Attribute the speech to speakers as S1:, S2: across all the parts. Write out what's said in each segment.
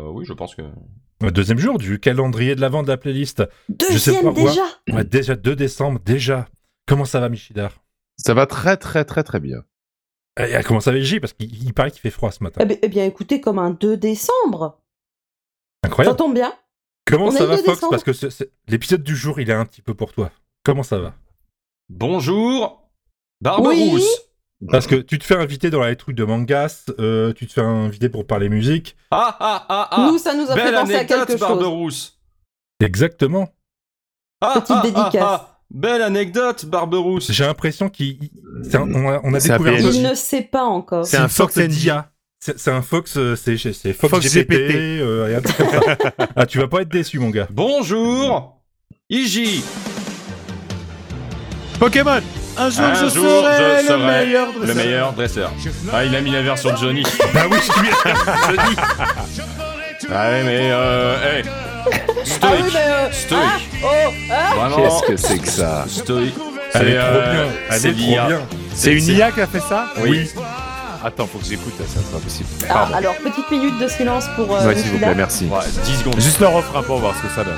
S1: Euh, je pense que.
S2: Deuxième jour du calendrier de l'avant de la playlist. Je sais
S3: Deuxième
S2: pas pourquoi.
S3: déjà
S2: Ouais, déjà 2 décembre, déjà. Comment ça va, Michidar
S4: Ça va très très très très bien.
S2: Eh, Comment ça va, J Parce qu'il il paraît qu'il fait froid ce matin.
S3: eh bien, eh bien, écoutez, comme un 2 décembre. Ça
S2: Incroyable.
S3: tombe bien.
S2: Comment
S3: on a
S2: ça
S3: eu
S2: va,
S3: le
S2: Fox
S3: décembre.
S2: Parce que ce- ce- l'épisode du jour, il est un petit peu pour toi. Comment ça va
S1: Bonjour, Barberousse.
S3: Bah.
S2: Parce que tu te fais inviter dans la truc de mangas, euh, tu te fais inviter pour parler musique.
S1: Ah ah ah ah.
S3: Nous, ça nous a fait
S1: Belle
S3: penser à quelque
S1: anecdote,
S3: chose.
S1: Barberousse.
S2: Exactement.
S1: Ah,
S3: Petite dédicace.
S1: Belle anecdote, Barberousse.
S2: J'ai l'impression qu'on a, on a
S4: C'est un
S2: découvert
S4: PSG.
S3: Il ne sait pas encore.
S5: C'est un
S2: une
S5: Fox
S2: sorte
S5: NG.
S2: d'IA. C'est c'est un Fox, euh, c'est c'est Fox,
S5: Fox
S2: GPT.
S5: GPT.
S2: euh, et un truc comme ça. ah, tu vas pas être déçu, mon gars.
S1: Bonjour, Iji.
S5: Pokémon Un jour,
S1: Un
S5: je,
S1: jour,
S5: serai
S1: je
S5: le
S1: serai
S5: meilleur
S1: Le meilleur dresseur. Ah, il a mis la version de Johnny.
S2: bah oui, je lui ai- je dis.
S1: Ah ouais, mais euh, hey.
S3: Ah oui,
S1: Stoïque.
S3: mais, euh,
S1: Stoïque.
S3: ah, oh, ah,
S1: Vraiment.
S4: Qu'est-ce que c'est que ça
S1: Stoïque.
S2: Elle est,
S1: C'est,
S2: trop
S1: euh,
S2: bien. Elle
S1: c'est
S2: est trop
S1: l'IA.
S2: bien.
S5: C'est une IA qui a fait ça
S1: Oui.
S4: Attends, faut que j'écoute, ça, c'est pas possible.
S3: ah,
S4: Pardon.
S3: alors, petite minute de silence pour euh,
S4: Ouais, s'il vous
S3: Michida.
S4: plaît, merci.
S1: Ouais, 10 secondes.
S5: Juste leur offre un pour voir ce que ça donne.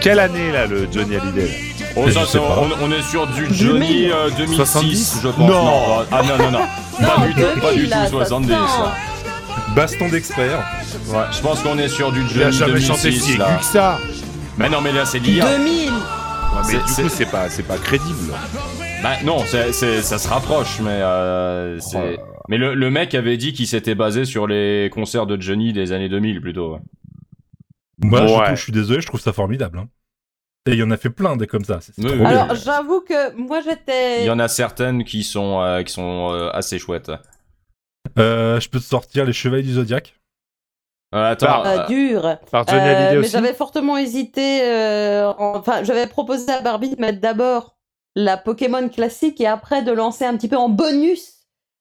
S5: Quelle année là le Johnny Hallyday là
S1: Oh, ça,
S2: Je sais
S1: c'est-
S2: pas.
S1: on, on est sur du
S3: Du
S1: Johnny
S3: mille.
S1: euh, 2006,
S5: 70,
S1: je pense.
S5: Non.
S1: Ah non, non, non. pas
S3: Non,
S1: du tout, pas
S3: 2000,
S1: du tout
S3: là, ça
S1: 70.
S3: sent.
S1: là.
S2: Baston d'expert.
S1: Ouais, je pense qu'on est sur du
S5: Il a
S1: Johnny
S5: jamais chanté
S1: 2006.
S5: si aigu
S1: là.
S5: que ça
S1: Mais non, mais là, c'est l'IA.
S3: 2000
S4: Ouais, mais
S1: C'est-
S4: du
S1: c'est-
S4: coup, c'est pas, c'est pas crédible.
S1: Bah non, c'est- c'est- ça se rapproche, mais euh, c'est-
S4: Oh là là.
S1: Mais le, le mec avait dit qu'il s'était basé sur les concerts de Johnny des années 2000 plutôt. ouais.
S2: Moi, je,
S5: Ouais.
S2: trouve- je suis désolé, je trouve ça formidable. hein. Et il y en a fait plein des comme ça. C'est c'est
S1: Oui,
S2: trop
S1: oui.
S2: bien.
S3: Alors, j'avoue que moi,
S1: Il
S3: j'étais...
S1: y en a certaines qui sont euh, qui sont euh, assez chouettes.
S2: Euh, je peux te sortir les Chevaliers du Zodiac.
S1: Euh, attends,
S3: euh,
S1: euh,
S3: dur.
S5: Par Johnny
S3: Euh,
S5: Hallyday
S3: mais
S5: aussi
S3: j'avais fortement hésité. euh, en- Enfin, j'avais proposé à Barbie de mettre d'abord la Pokémon classique et après de lancer un petit peu en bonus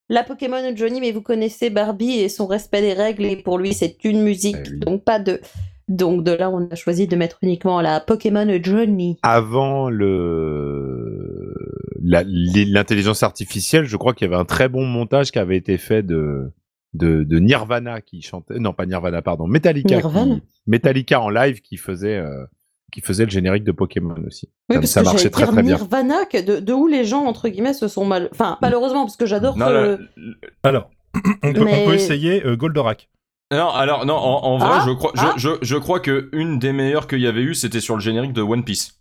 S3: la Pokémon Johnny. Mais vous connaissez Barbie et son respect des règles et pour lui c'est une musique,
S4: Eh oui.
S3: donc pas de. Donc de là, on a choisi de mettre uniquement la Pokémon Johnny.
S4: Avant le la- l'intelligence artificielle, je crois qu'il y avait un très bon montage qui avait été fait de de, de Nirvana qui chantait, non pas Nirvana, pardon, Metallica,
S3: Nirvana
S4: qui- Metallica en live qui faisait euh, qui faisait le générique de Pokémon aussi.
S3: Oui,
S4: Ça-
S3: parce
S4: ça
S3: que
S4: marchait
S3: j'allais
S4: très
S3: dire
S4: très bien.
S3: Nirvana, que de, de où les gens entre guillemets se sont mal. Enfin, malheureusement, parce que j'adore.
S1: non,
S3: ce-
S1: le-
S2: Alors, on peut, on
S3: Mais-
S2: peut essayer euh, Goldorak.
S1: non, alors non, en, en vrai,
S3: Ah,
S1: je crois, je,
S3: ah.
S1: je, je crois que une des meilleures qu'il y avait eu, c'était sur le générique de One Piece.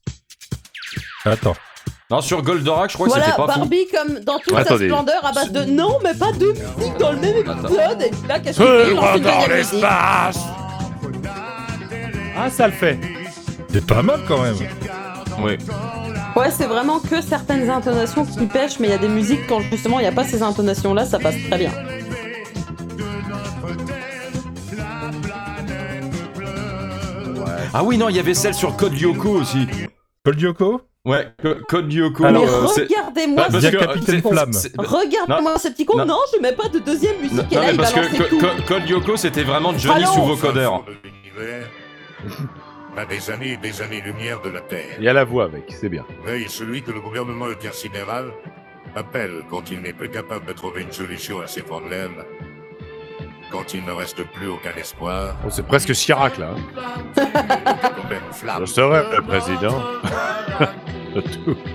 S2: Attends.
S1: Non, sur Goldorak, je crois que
S3: voilà,
S1: c'était pas fou.
S3: Barbie, comme dans toute
S4: Attendez.
S3: sa splendeur, à base de non, mais pas de musique dans le même
S1: Attends.
S3: épisode. Et là, qu'est-ce
S5: Euh,
S3: qu'il fait Il lance une
S5: dans
S3: deuxième musique.
S5: l'espace Ah ça le fait
S2: C'est pas mal quand même.
S1: Ouais.
S3: Ouais, c'est vraiment que certaines intonations qui pêchent, mais il y a des musiques quand justement il n'y a pas ces intonations-là, ça passe très bien.
S1: Ah oui, non, il y avait celle sur Code Lyoko aussi.
S2: Cold Yoko
S1: Ouais, Co- Code Lyoko.
S2: Alors,
S3: mais
S1: euh, c'est-
S3: regardez-moi
S2: parce
S3: ce
S2: que-
S3: petit
S2: Capitaine
S3: con.
S2: Flamme.
S1: c'est-
S3: Regarde-moi ce petit con.
S1: Non.
S3: Non, je mets pas de deuxième musique.
S1: Non,
S3: et
S1: non,
S3: là,
S1: mais
S3: il
S1: parce
S3: balançait
S1: que Co-
S3: tout.
S1: Co- Code Lyoko, c'était vraiment Johnny
S3: Balance.
S1: sous vocodeur.
S6: À bah, des années et des années-lumière de la Terre.
S4: Il y a la voix avec, c'est bien.
S6: Veille celui que le gouvernement intersidéral appelle quand il n'est plus capable de trouver une solution à ses problèmes, quand il ne reste plus aucun espoir.
S4: Oh, c'est presque Chirac là.
S6: Tomber en flamme.
S4: Je serai le président. Tout.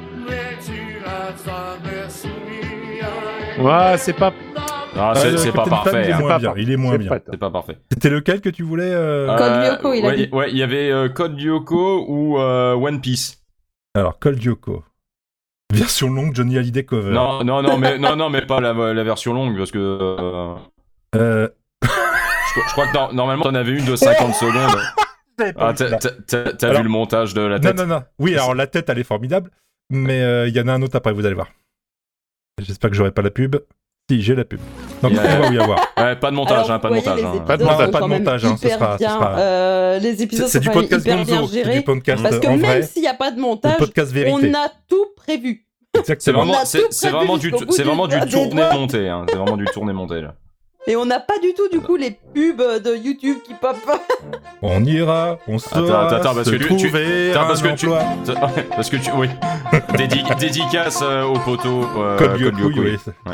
S4: Ouais, c'est pas,
S1: Ah,
S2: Ah,
S1: c'est
S2: le
S1: c'est pas
S2: Capitaine Flamme,
S1: parfait.
S2: il est
S1: hein.
S2: moins
S4: pas
S2: bien.
S4: parfait.
S2: Il est moins
S4: c'est
S2: bien.
S4: pas top.
S1: C'est pas parfait.
S2: C'était lequel que tu voulais euh,
S3: Code
S1: Euh,
S3: Lyoko, il a
S1: ouais,
S3: dit.
S1: Ouais, il y avait euh, Code Lyoko ou euh, One Piece.
S2: Alors, Cold Yoko. Version longue, Johnny Hallyday cover.
S1: Non, non, non, mais non, non, mais pas la, la version longue parce que euh,
S2: Euh,
S1: je, je crois que nor- normalement t'en avais une de 50 secondes. Ah, t'as- t'as- t'as t'as
S2: Alors-
S1: vu le montage de la
S2: non,
S1: tête.
S2: non, non. Oui, alors la tête, elle est formidable. Mais euh, il y en a un autre après, vous allez voir. J'espère que j'aurai pas la pub. Si, j'ai la pub. Donc,
S1: Il y a-
S2: on va y avoir.
S1: Ouais, pas de montage,
S3: Alors,
S1: hein, pas de
S3: vous voyez,
S1: montage.
S3: les
S1: hein.
S2: Pas de
S3: épisodes
S2: montage,
S3: sont
S2: pas de
S3: quand même
S2: montage, hein, ce
S3: hyper
S2: sera- ce
S3: bien,
S2: sera-
S3: euh, les
S2: C'est
S3: épisodes
S2: c'est
S3: sont
S2: du
S3: quand même
S2: podcast
S3: hyper bien
S2: Gonzo, c'est
S3: gérés.
S2: du podcast
S3: Parce que
S2: euh, en
S3: même
S2: vrai,
S3: s'il n'y a pas de
S2: le
S3: montage,
S2: podcast
S3: on
S2: vérité.
S3: a tout prévu.
S1: C'est
S2: Exactement.
S1: vraiment,
S3: On a
S1: c'est
S3: tout
S1: c'est
S3: prévu
S1: vraiment du,
S3: jusqu'au bout
S1: c'est
S3: du
S1: vraiment du
S3: doigt des
S1: tourné
S3: doigts.
S1: monté. hein. C'est vraiment du tourné monté là.
S3: Et on n'a pas du tout, du coup, les pubs de YouTube qui pop.
S2: On ira, on se
S1: Attends, attends, attends, parce que tu- tu-
S2: trouver
S1: attends,
S2: un
S1: parce que tu-
S2: emploi.
S1: Parce que tu. Oui. Dédi- dédicace euh, au poteau. euh,
S2: Code
S1: Code
S2: Yokoi,
S1: Yokoi.
S2: oui.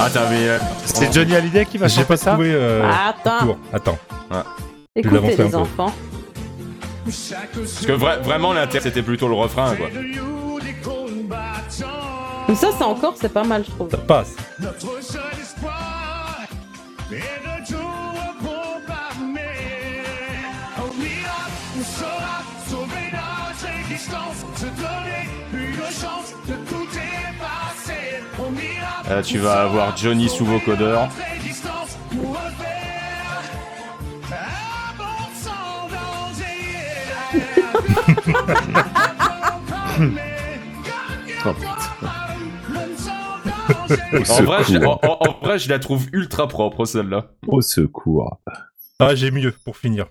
S1: Attends, mais. euh,
S4: C'est Johnny Hallyday qui va
S2: J'ai
S4: chanter
S2: pas
S4: ça
S2: trouvé euh,
S3: Ah, Attends,
S2: tour. Attends. l'avons
S3: écoutez
S2: fait un
S3: les
S2: peu.
S3: enfants.
S1: Parce que vra- vraiment, l'intérêt, c'était plutôt le refrain, quoi.
S3: Mais ça, c'est encore, c'est pas mal, je trouve.
S2: Ça passe.
S5: Notre seul espoir est de tout rebombarder. On ira, on saura sauver notre existence, se donner une chance de tout dépasser. On ira,
S1: Euh, tu vas avoir Johnny sous vos codeurs.
S5: notre existence pour refaire un monde sans danger.
S4: Oh, putain.
S5: Rebombarder.
S4: Au
S1: En vrai, je,
S4: secours.
S1: en- en- en vrai, je la trouve ultra propre, celle-là.
S4: Au secours.
S2: Ah, j'ai mieux pour finir.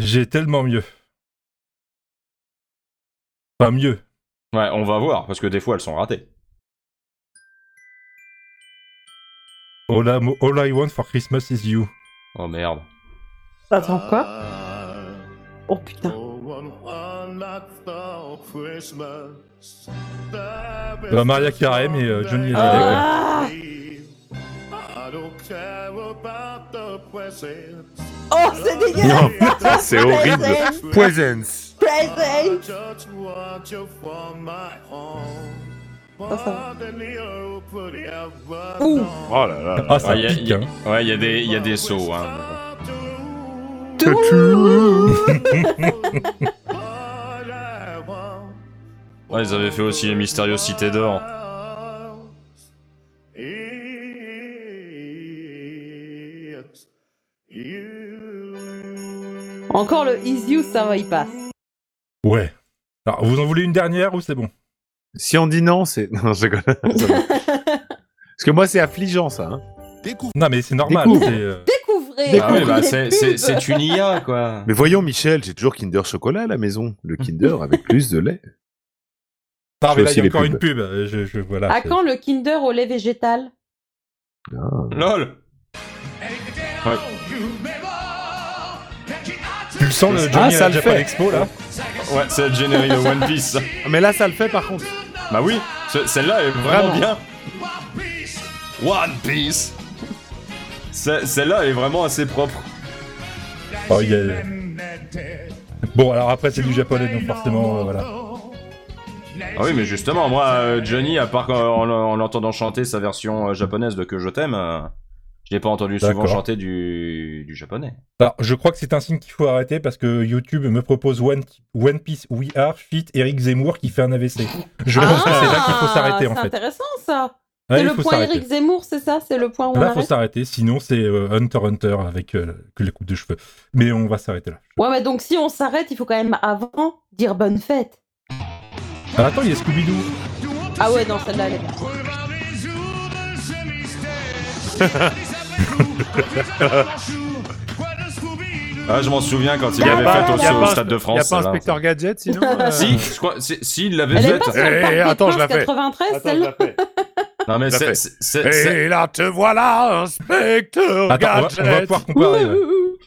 S2: J'ai tellement mieux. Pas mieux.
S1: Ouais, on va voir, parce que des fois, elles sont ratées.
S2: All I, all I want for Christmas is you.
S1: Oh merde.
S3: Attends, quoi Oh putain.
S2: Bah, Maria Carey, mais euh, Johnny Hallyday. ouais.
S3: Ah oh, c'est dégueulasse
S4: Non, c'est horrible. Poisons.
S3: E Present Ouh,
S4: Oh là là.
S2: Ah, ça
S1: Ouais, y a-
S2: pique,
S1: y a-
S2: hein.
S1: Ouais, il y a des, il y a
S3: Ah,
S1: des sauts. Hein. Ouais, ils avaient fait aussi les mystérieuses cités d'or.
S2: Oh,
S3: Encore le Is You, ça va, il passe.
S2: Ouais. Alors, vous en voulez une dernière ou c'est bon
S4: Si on dit non, c'est. Non, je rigole. Parce que moi, c'est affligeant, ça. hein.
S2: Non, mais c'est normal.
S4: Découvre.
S2: c'est, euh,
S3: Découvrez
S1: Ah ouais, bah,
S3: les
S1: c'est-
S3: pubs.
S1: c'est c'est une IA, quoi.
S4: Mais voyons, Michel, j'ai toujours Kinder Chocolat à la maison. Le Kinder avec plus de lait.
S2: Ah, mais là,
S4: Je fais
S2: il y a
S4: aussi
S2: encore
S4: les
S2: une
S4: pubs.
S2: pub. Euh, Je, je- voilà,
S3: À
S2: c'est-
S3: Ah, quand le Kinder au lait végétal
S1: LOL
S2: Tu le sens, le
S4: Ah,
S2: Johnny à
S4: ça
S2: la
S4: le
S2: Japan
S4: fait.
S2: Expo, là
S1: Ouais, c'est le générique de One Piece.
S4: Ah, Mais là, ça le fait, par contre.
S1: Bah oui, ce- celle-là est vraiment
S4: Vraiment.
S1: bien. One Piece Ce- Celle-là est vraiment assez propre.
S2: Oh, il y a- Bon, alors après, c'est du japonais, donc forcément, euh, voilà.
S1: Ah oui, mais justement, moi, euh, Johnny, à part en, en- en l'entendant chanter sa version euh, japonaise de Que je t'aime, euh, je l'ai pas entendu souvent
S2: D'accord.
S1: chanter du, du japonais.
S2: Alors, je crois que c'est un signe qu'il faut arrêter parce que YouTube me propose One, One Piece We Are Fit Eric Zemmour qui fait un AVC. Je pense que c'est là qu'il faut s'arrêter, en
S3: Ah, C'est
S2: fait.
S3: intéressant, ça.
S2: Ouais,
S3: c'est
S2: il
S3: le
S2: faut
S3: point
S2: s'arrêter.
S3: Eric Zemmour, c'est ça C'est le point où on
S2: Là, faut
S3: arrête
S2: s'arrêter, sinon c'est euh, Hunter x Hunter avec euh, que les coupes de cheveux. Mais on va s'arrêter là.
S3: Ouais, mais donc si on s'arrête, il faut quand même avant dire bonne fête.
S2: Ah, attends, il y a Scooby-Doo.
S3: Ah ouais, non, celle-là, elle est bien.
S1: Ah, je m'en souviens quand il
S3: Y a
S1: avait fait
S3: pas- y a
S1: aussi au
S4: pas un-
S1: Stade de
S4: Il a
S1: France.
S4: pas
S1: celle-là.
S4: Inspecteur Gadget, sinon euh,
S1: Si, je crois, si, si, il l'avait
S3: Elle est
S1: faite.
S3: pas sur le
S4: Eh,
S3: Parc des
S4: attends, je
S3: Princes
S4: la fais.
S3: 93,
S5: Attends, je
S3: celle-là
S5: la fais.
S1: Non, mais
S4: Je la
S1: c'est.
S4: fais.
S1: c'est- c'est- c'est-
S4: Et là, te voilà, Inspecteur
S2: Bah, Attends, on va, on va
S4: Gadget.
S2: pouvoir comparer. ouais.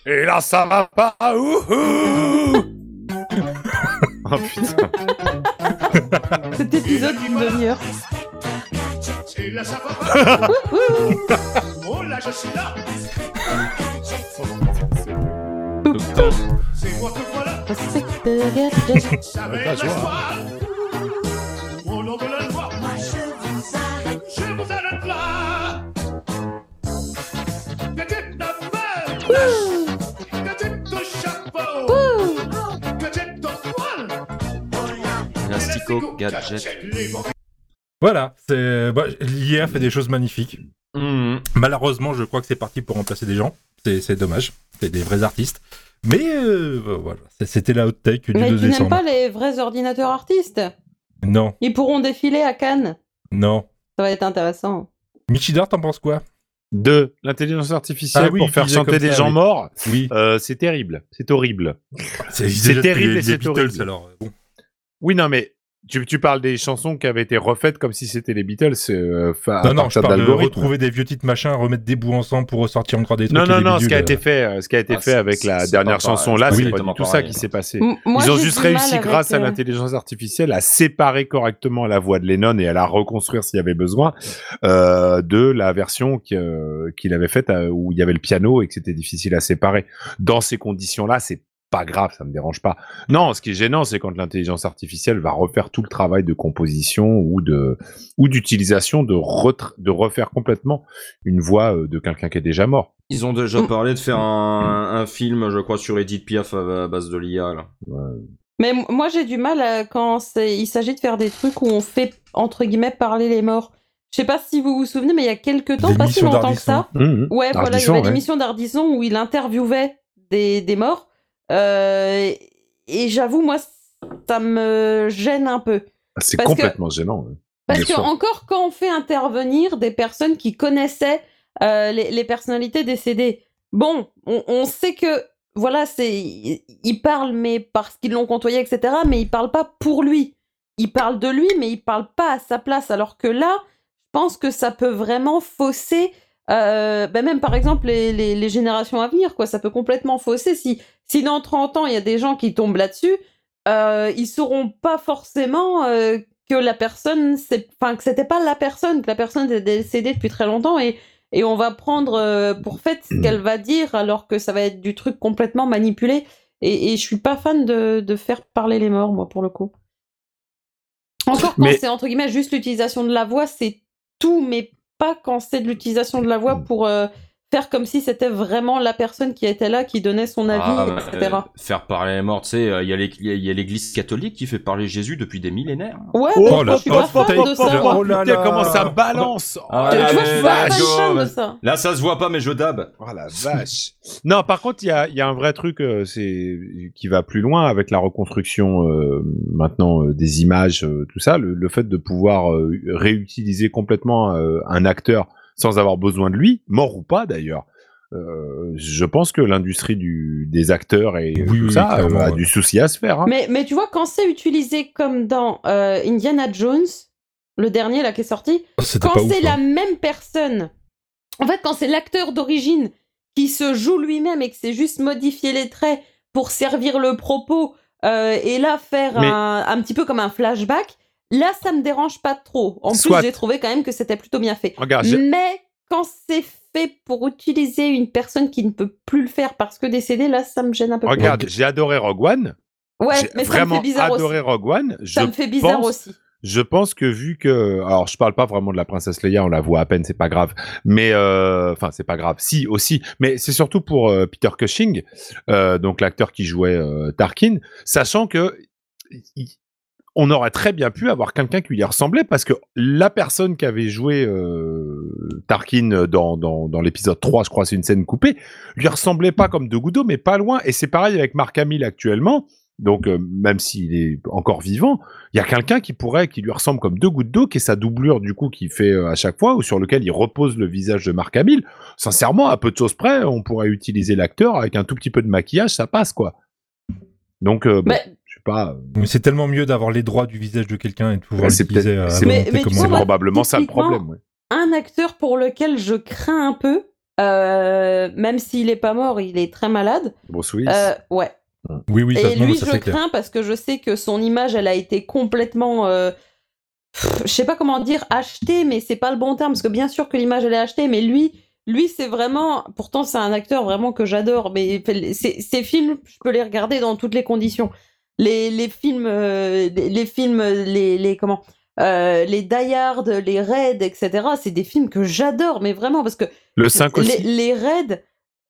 S4: Et là, ça va pas. ouhou. oh putain.
S3: Cet épisode d'une demi-heure.
S5: Et là, ça va.
S3: Ouh,
S5: Oh là, je suis là. C'est moi que voilà.
S3: Inspecteur Gadget.
S5: Ça va être la
S4: hein.
S5: joie. Au nom de la joie. Je vous arrête là. Gadget la main. Gadget de chapeau. Gadget de poil.
S1: Elastico Gadget.
S2: Voilà, c'est bah, l'IA fait des choses magnifiques.
S1: Mhm.
S2: Malheureusement, je crois que c'est parti pour remplacer des gens. C'est c'est dommage. C'est des vrais artistes. Mais euh, bah, voilà, C'est- c'était la haute tech du
S3: Mais
S2: 2
S3: tu n'aimes
S2: décembre.
S3: pas les vrais ordinateurs artistes
S2: Non,
S3: Ils pourront défiler à Cannes.
S2: non.
S3: Ça va être intéressant.
S2: Michidar, t'en penses quoi
S4: De l'intelligence artificielle
S2: Ah oui,
S4: pour faire
S2: il est comme
S4: chanter des
S2: ça,
S4: gens
S2: oui.
S4: morts,
S2: Oui,
S4: euh, c'est terrible. C'est horrible.
S2: c'est
S4: terrible et c'est
S2: Beatles,
S4: horrible.
S2: alors. euh, bon.
S4: Oui, non, mais tu, tu parles des chansons qui avaient été refaites comme si c'était les Beatles. euh, enfin, à
S2: Non, non, je
S4: partir
S2: parle de
S4: d'algorithmes.
S2: retrouver des vieux titres machins, remettre des bouts ensemble pour ressortir encore des trucs.
S4: Non,
S2: et
S4: non,
S2: des
S4: non, ce
S2: bidules,
S4: qui a
S2: euh.
S4: été fait, euh, ce qui a été
S1: Ah,
S4: fait
S1: c'est-
S4: avec la
S1: c'est
S4: dernière
S1: pas pareil.
S4: chanson là,
S1: Oui,
S4: c'est pas du
S1: exactement
S4: tout ça
S1: pareil,
S4: qui
S1: quoi.
S4: s'est passé.
S3: M- moi,
S4: Ils ont
S3: j'ai
S4: juste
S3: du mal
S4: réussi
S3: avec,
S4: grâce à
S3: euh,
S4: l'intelligence artificielle à séparer correctement la voix de Lennon et à la reconstruire s'il y avait besoin euh, de la version qui, euh, qu'il avait faite euh, où il y avait le piano et que c'était difficile à séparer. Dans ces conditions-là, c'est pas grave, ça me dérange pas. Non, ce qui est gênant, c'est quand l'intelligence artificielle va refaire tout le travail de composition ou de ou d'utilisation de retra- de refaire complètement une voix euh, de quelqu'un qui est déjà mort.
S1: Ils ont déjà
S3: Mm.
S1: parlé de faire un, un film, je crois, sur Edith Piaf à à base de l'IA. là.
S3: Mais m- moi, j'ai du mal euh, quand c'est- il s'agit de faire des trucs où on fait, entre guillemets, parler les morts. Je sais pas si vous vous souvenez, mais il y a quelques temps, pas si
S2: L'émission
S3: longtemps que ça,
S4: Mhm.
S3: ouais, voilà, il y
S4: Ardisson,
S3: avait
S4: ouais.
S3: l'émission d'Ardisson où il interviewait des, des morts. Euh, et j'avoue, moi, ça me gêne un peu.
S4: Ah, C'est
S3: Parce que-
S4: complètement gênant. hein. ouais.
S3: Parce
S4: Bien
S3: que
S4: sûr.
S3: encore quand on fait intervenir des personnes qui connaissaient euh, les, les personnalités décédées, bon, on, on sait que voilà, c'est ils ils parlent mais parce qu'ils l'ont côtoyé, etc. Mais ils parlent pas pour lui. Ils parlent de lui, mais ils parlent pas à sa place. Alors que là, je pense que ça peut vraiment fausser. euh, ben même par exemple les, les- les générations à venir quoi ça peut complètement fausser si si dans 30 ans il y a des gens qui tombent là-dessus euh, ils sauront pas forcément euh, que la personne, c'est, enfin que c'était pas la personne, que la personne est décédée depuis très longtemps et et on va prendre euh, pour fait ce qu'elle va dire alors que ça va être du truc complètement manipulé et, et je suis pas fan de, de faire parler les morts moi pour le coup. Encore quand
S4: Mais-
S3: c'est entre guillemets juste l'utilisation de la voix, c'est tout, mais pas quand c'est de l'utilisation de la voix pour euh, faire comme si c'était vraiment la personne qui était là, qui donnait son avis,
S1: Ah, bah,
S3: etc.
S1: euh, faire parler les morts, tu sais, euh, il y a les- il y a- il y a l'église catholique qui fait parler Jésus depuis des millénaires.
S3: Ouais,
S4: Oh
S3: mais
S2: la
S3: je suis pas
S2: pauvre
S3: fan de
S2: pauvre
S3: ça.
S2: pauvre.
S3: moi.
S2: Oh là
S4: Putain,
S2: là.
S4: comment ça balance
S1: Ah
S4: Oh,
S1: ouais,
S3: Tu vois,
S4: la
S3: je
S1: mais
S3: suis
S1: là,
S3: pas
S4: vache.
S1: go,
S3: fan de
S1: mais-
S3: ça.
S1: Là, ça se voit pas, mais je dab.
S4: Oh la vache Non, par contre, il y a, il y a un vrai truc euh, c'est qui va plus loin avec la reconstruction euh, maintenant euh, des images, euh, tout ça. Le, le fait de pouvoir euh, réutiliser complètement euh, un acteur sans avoir besoin de lui, mort ou pas d'ailleurs. Euh, je pense que l'industrie du- des acteurs et
S2: Oui,
S4: tout
S2: oui,
S4: ça euh,
S2: clairement,
S4: a
S2: ouais.
S4: du souci à se faire. hein.
S3: Mais, mais tu vois, quand c'est utilisé comme dans euh, Indiana Jones, le dernier là qui est sorti,
S2: Oh, c'était
S3: quand
S2: pas ouf,
S3: c'est
S2: hein.
S3: la même personne, en fait, quand c'est l'acteur d'origine qui se joue lui-même et que c'est juste modifier les traits pour servir le propos euh, et là faire
S4: Mais-
S3: un, un petit peu comme un flashback, là ça me dérange pas trop. En
S4: Soit.
S3: plus, j'ai trouvé quand même que c'était plutôt bien fait.
S4: Regarde, j'ai-
S3: Mais quand c'est fait pour utiliser une personne qui ne peut plus le faire parce que décédée, là ça me gêne un peu plus.
S4: regarde, j'ai adoré Rogue One.
S3: Ouais,
S4: J'ai
S3: mais ça me
S4: vraiment
S3: fait bizarre aussi.
S4: adoré Rogue One. Je
S3: Ça me fait bizarre
S4: pense-
S3: aussi.
S4: Je pense que vu que, alors je parle pas vraiment de la princesse Leia, on la voit à peine, c'est pas grave. Mais euh, enfin, c'est pas grave. Si aussi, mais c'est surtout pour euh, Peter Cushing, euh, donc l'acteur qui jouait euh, Tarkin, sachant que il- on aurait très bien pu avoir quelqu'un qui lui ressemblait parce que la personne qui avait joué euh, Tarkin dans, dans, dans l'épisode 3, je crois, c'est une scène coupée, lui ressemblait pas comme de Goudo, mais pas loin. Et c'est pareil avec Mark Hamill actuellement. Donc, euh, même s'il est encore vivant, il y a quelqu'un qui pourrait, qui lui ressemble comme deux gouttes d'eau, qui est sa doublure du coup qu'il fait euh, à chaque fois, ou sur lequel il repose le visage de Mark Hamill. Sincèrement, à peu de choses près, on pourrait utiliser l'acteur avec un tout petit peu de maquillage, ça passe quoi. Donc, euh, bon,
S3: Mais-
S4: je sais pas. euh,
S2: Mais c'est tellement mieux d'avoir les droits du visage de quelqu'un et de pouvoir
S4: Ouais, c'est
S2: l'utiliser
S4: peut-être-
S2: à
S4: c'est-
S2: volonté
S3: Mais- mais tu
S2: comme on
S3: vois,
S4: C'est
S2: veut.
S3: moi,
S4: probablement ça le
S3: typiquement,
S4: problème. ouais.
S3: Un acteur pour lequel je crains un peu, euh, même s'il est pas mort, il est très malade.
S4: Bruce Willis.
S3: Euh, ouais.
S2: Oui, oui, ça,
S3: Et
S2: non,
S3: lui,
S2: ça,
S3: je
S2: c'est clair.
S3: crains parce que je sais que son image, elle a été complètement. euh, pff, je sais pas comment dire, achetée, mais c'est pas le bon terme parce que bien sûr que l'image, elle est achetée, mais lui. Lui, c'est vraiment. Pourtant, c'est un acteur vraiment que j'adore, mais fait- ses ses films, je peux les regarder dans toutes les conditions. Les, les films, euh, les, les films, les, les comment, euh, les Die Hard, les Raids, etc. C'est des films que j'adore, mais vraiment parce que
S4: le 5 aussi.
S3: les, les raids,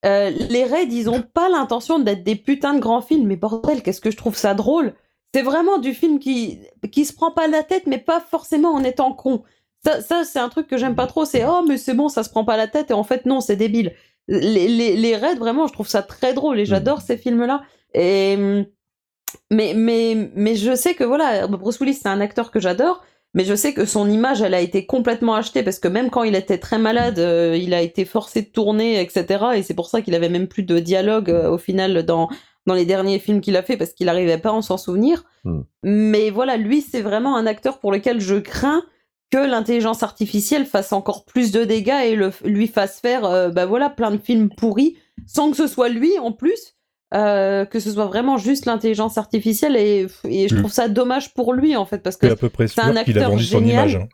S3: euh, les raids, ils ont pas l'intention d'être des putains de grands films. Mais bordel, qu'est-ce que je trouve ça drôle. C'est vraiment du film qui qui se prend pas la tête, mais pas forcément en étant con. Ça, ça c'est un truc que j'aime pas trop. C'est oh mais c'est bon, ça se prend pas la tête. Et en fait non, c'est débile. Les, les, les raids, vraiment, je trouve ça très drôle et j'adore ces films-là. Et hum, mais mais mais je sais que voilà, Bruce Willis, c'est un acteur que j'adore. Mais je sais que son image, elle a été complètement achetée parce que même quand il était très malade, euh, il a été forcé de tourner, etc. Et c'est pour ça qu'il avait même plus de dialogue euh, au final dans dans les derniers films qu'il a fait parce qu'il n'arrivait pas à s'en souvenir.
S4: Hmm.
S3: Mais voilà, lui, c'est vraiment un acteur pour lequel je crains que l'intelligence artificielle fasse encore plus de dégâts et le, lui fasse faire euh, bah voilà, plein de films pourris sans que ce soit lui en plus. euh, que ce soit vraiment juste l'intelligence artificielle et, et je
S2: Hmm.
S3: trouve ça dommage pour lui en fait parce
S2: Je
S3: que
S2: suis à peu près
S3: c'est
S2: sûr
S3: un
S2: qu'il a
S3: acteur
S2: vendu son
S3: génial.
S2: image. hein.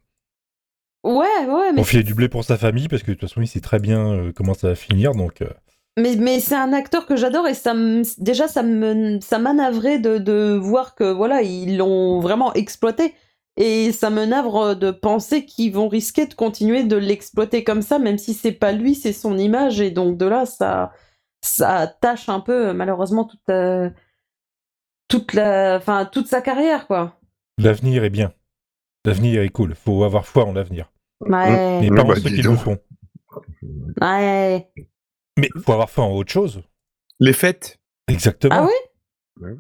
S3: ouais ouais mais
S2: Pour filer du blé pour sa famille, parce que de toute façon, il sait très bien euh, comment ça va finir. Donc, euh,
S3: Mais, mais c'est un acteur que j'adore et ça me- déjà ça me ça m'a navré de, de voir que voilà ils l'ont vraiment exploité et ça me navre de penser qu'ils vont risquer de continuer de l'exploiter comme ça même si c'est pas lui c'est son image et donc de là ça ça tâche un peu malheureusement toute euh, toute la enfin toute sa carrière quoi.
S2: l'avenir est bien. L'avenir est cool. Faut avoir foi en l'avenir.
S3: Ouais.
S2: Mais
S4: Oui,
S2: pas en
S4: bah,
S2: ceux
S4: dis
S2: qui le
S4: donc.
S2: font.
S3: Ouais.
S2: Mais faut avoir foi en autre chose.
S4: Les fêtes
S2: Exactement.
S3: Ah
S4: Ouais,
S3: oui
S4: ouais.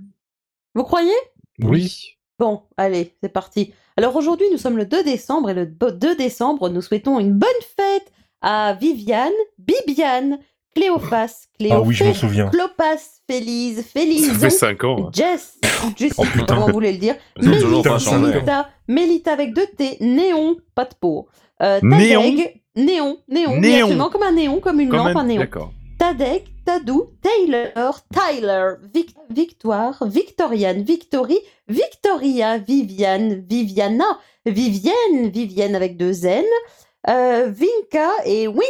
S3: Vous croyez
S4: Oui.
S3: Bon, allez, c'est parti. Alors aujourd'hui, nous sommes le 2 décembre et le 2 décembre, nous souhaitons une bonne fête à Viviane, Bibiane, Cléophas,
S2: Ah
S3: Cléophas,
S2: oui, je m'en souviens.
S3: Clopas, Félise,
S4: Ça
S3: Félison,
S4: fait 5 ans. hein.
S3: Jess, Jess,
S2: Oh, putain.
S3: comment vous voulez le dire
S1: Ils ont toujours
S2: Putain,
S1: pas changé.
S3: Mélita, Mélita avec deux T, Néon, pas de peau. Euh,
S4: Néon.
S3: Tadeg, Néon, Néon,
S4: Néon.
S3: mais absolument comme un néon, comme une
S4: Quand
S3: lampe,
S4: même,
S3: un néon.
S4: D'accord.
S3: Tadek, Tadou, Taylor, Tyler, Vic- Victoire, Victoriane, Victory, Victoria, Viviane, Viviana, Vivienne, Vivienne avec deux N, euh, Vinka et Winka.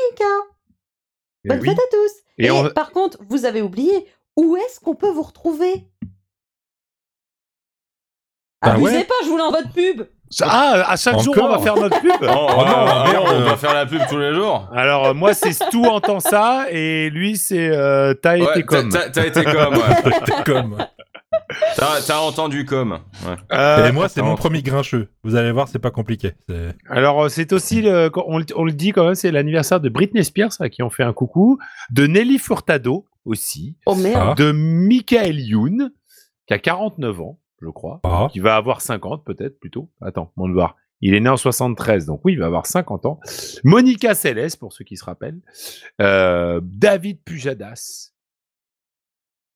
S4: Et
S3: Bonne
S4: Eh oui.
S3: fête à tous. Et,
S4: Et on-
S3: par contre, vous avez oublié, où est-ce qu'on peut vous retrouver
S2: Bah
S3: Abusez
S2: ouais.
S3: pas, je voulais en votre pub.
S4: Ah, à chaque jour, on
S2: Encore
S4: va faire notre pub.
S1: Oh,
S2: Oh non,
S1: ah,
S2: merde.
S1: on va faire la pub tous les jours.
S4: Alors, euh, moi, c'est tout entend ça, et lui, c'est euh, t'as
S1: Ouais,
S4: été
S1: t'as-
S4: comme.
S1: T'as t'as été comme. ouais.
S2: T'es comme.
S1: T'as t'as entendu comme. ouais.
S4: Euh,
S2: et moi, c'est mon
S1: attends.
S2: premier grincheux. Vous allez voir, c'est pas compliqué. C'est-
S4: alors, euh, c'est aussi, le- on, le- on le dit quand même, c'est l'anniversaire de Britney Spears à qui on fait un coucou, de Nelly Furtado aussi,
S3: Oh merde.
S2: Ah.
S4: de Michael Youn, qui a 49 ans, je crois,
S2: Ah.
S4: qui va avoir 50 peut-être plutôt. Attends, on va voir. Il est né en 73, donc oui, il va avoir 50 ans. Monica Seles, pour ceux qui se rappellent. Euh, David Pujadas.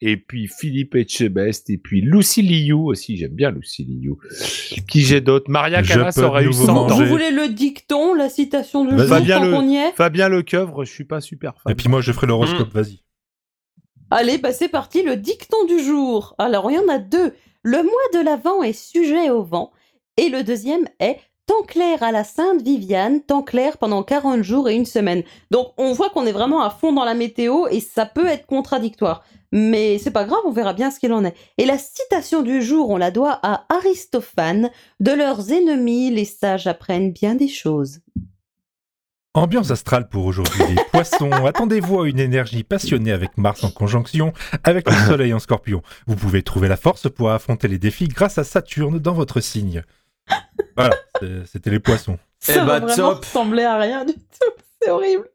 S4: Et puis Philippe Etchebest. Et puis Lucy Liu aussi. J'aime bien Lucy Liu. Qui j'ai d'autres Maria
S2: Je
S4: Callas
S2: peux de
S4: aurait eu
S2: nouveau
S4: 100
S2: manger.
S4: ans.
S3: Vous voulez le dicton, la citation du
S2: Vas-y.
S3: jour,
S4: Fabien
S3: tant
S4: Le-
S3: qu'on y est
S4: Fabien Lecoeuvre, je suis pas super fan.
S2: Et puis moi, je ferai l'horoscope,
S4: Mm.
S2: vas-y.
S3: Allez, bah c'est parti, le dicton du jour. Alors, il y en a deux. Le mois de l'Avent est sujet au vent. Et le deuxième est temps clair à la Sainte Viviane, temps clair pendant 40 jours et une semaine. Donc, on voit qu'on est vraiment à fond dans la météo et ça peut être contradictoire. Mais c'est pas grave, on verra bien ce qu'il en est. Et la citation du jour, on la doit à Aristophane. De leurs ennemis, les sages apprennent bien des choses.
S2: Ambiance astrale pour aujourd'hui les poissons. Attendez-vous à une énergie passionnée avec Mars en conjonction avec le Soleil en scorpion. Vous pouvez trouver la force pour affronter les défis grâce à Saturne dans votre signe. Voilà, c'est- c'était les poissons.
S1: Eh
S3: Ça va
S1: bah,
S3: vraiment
S1: top.
S3: ressembler à rien du tout. C'est horrible.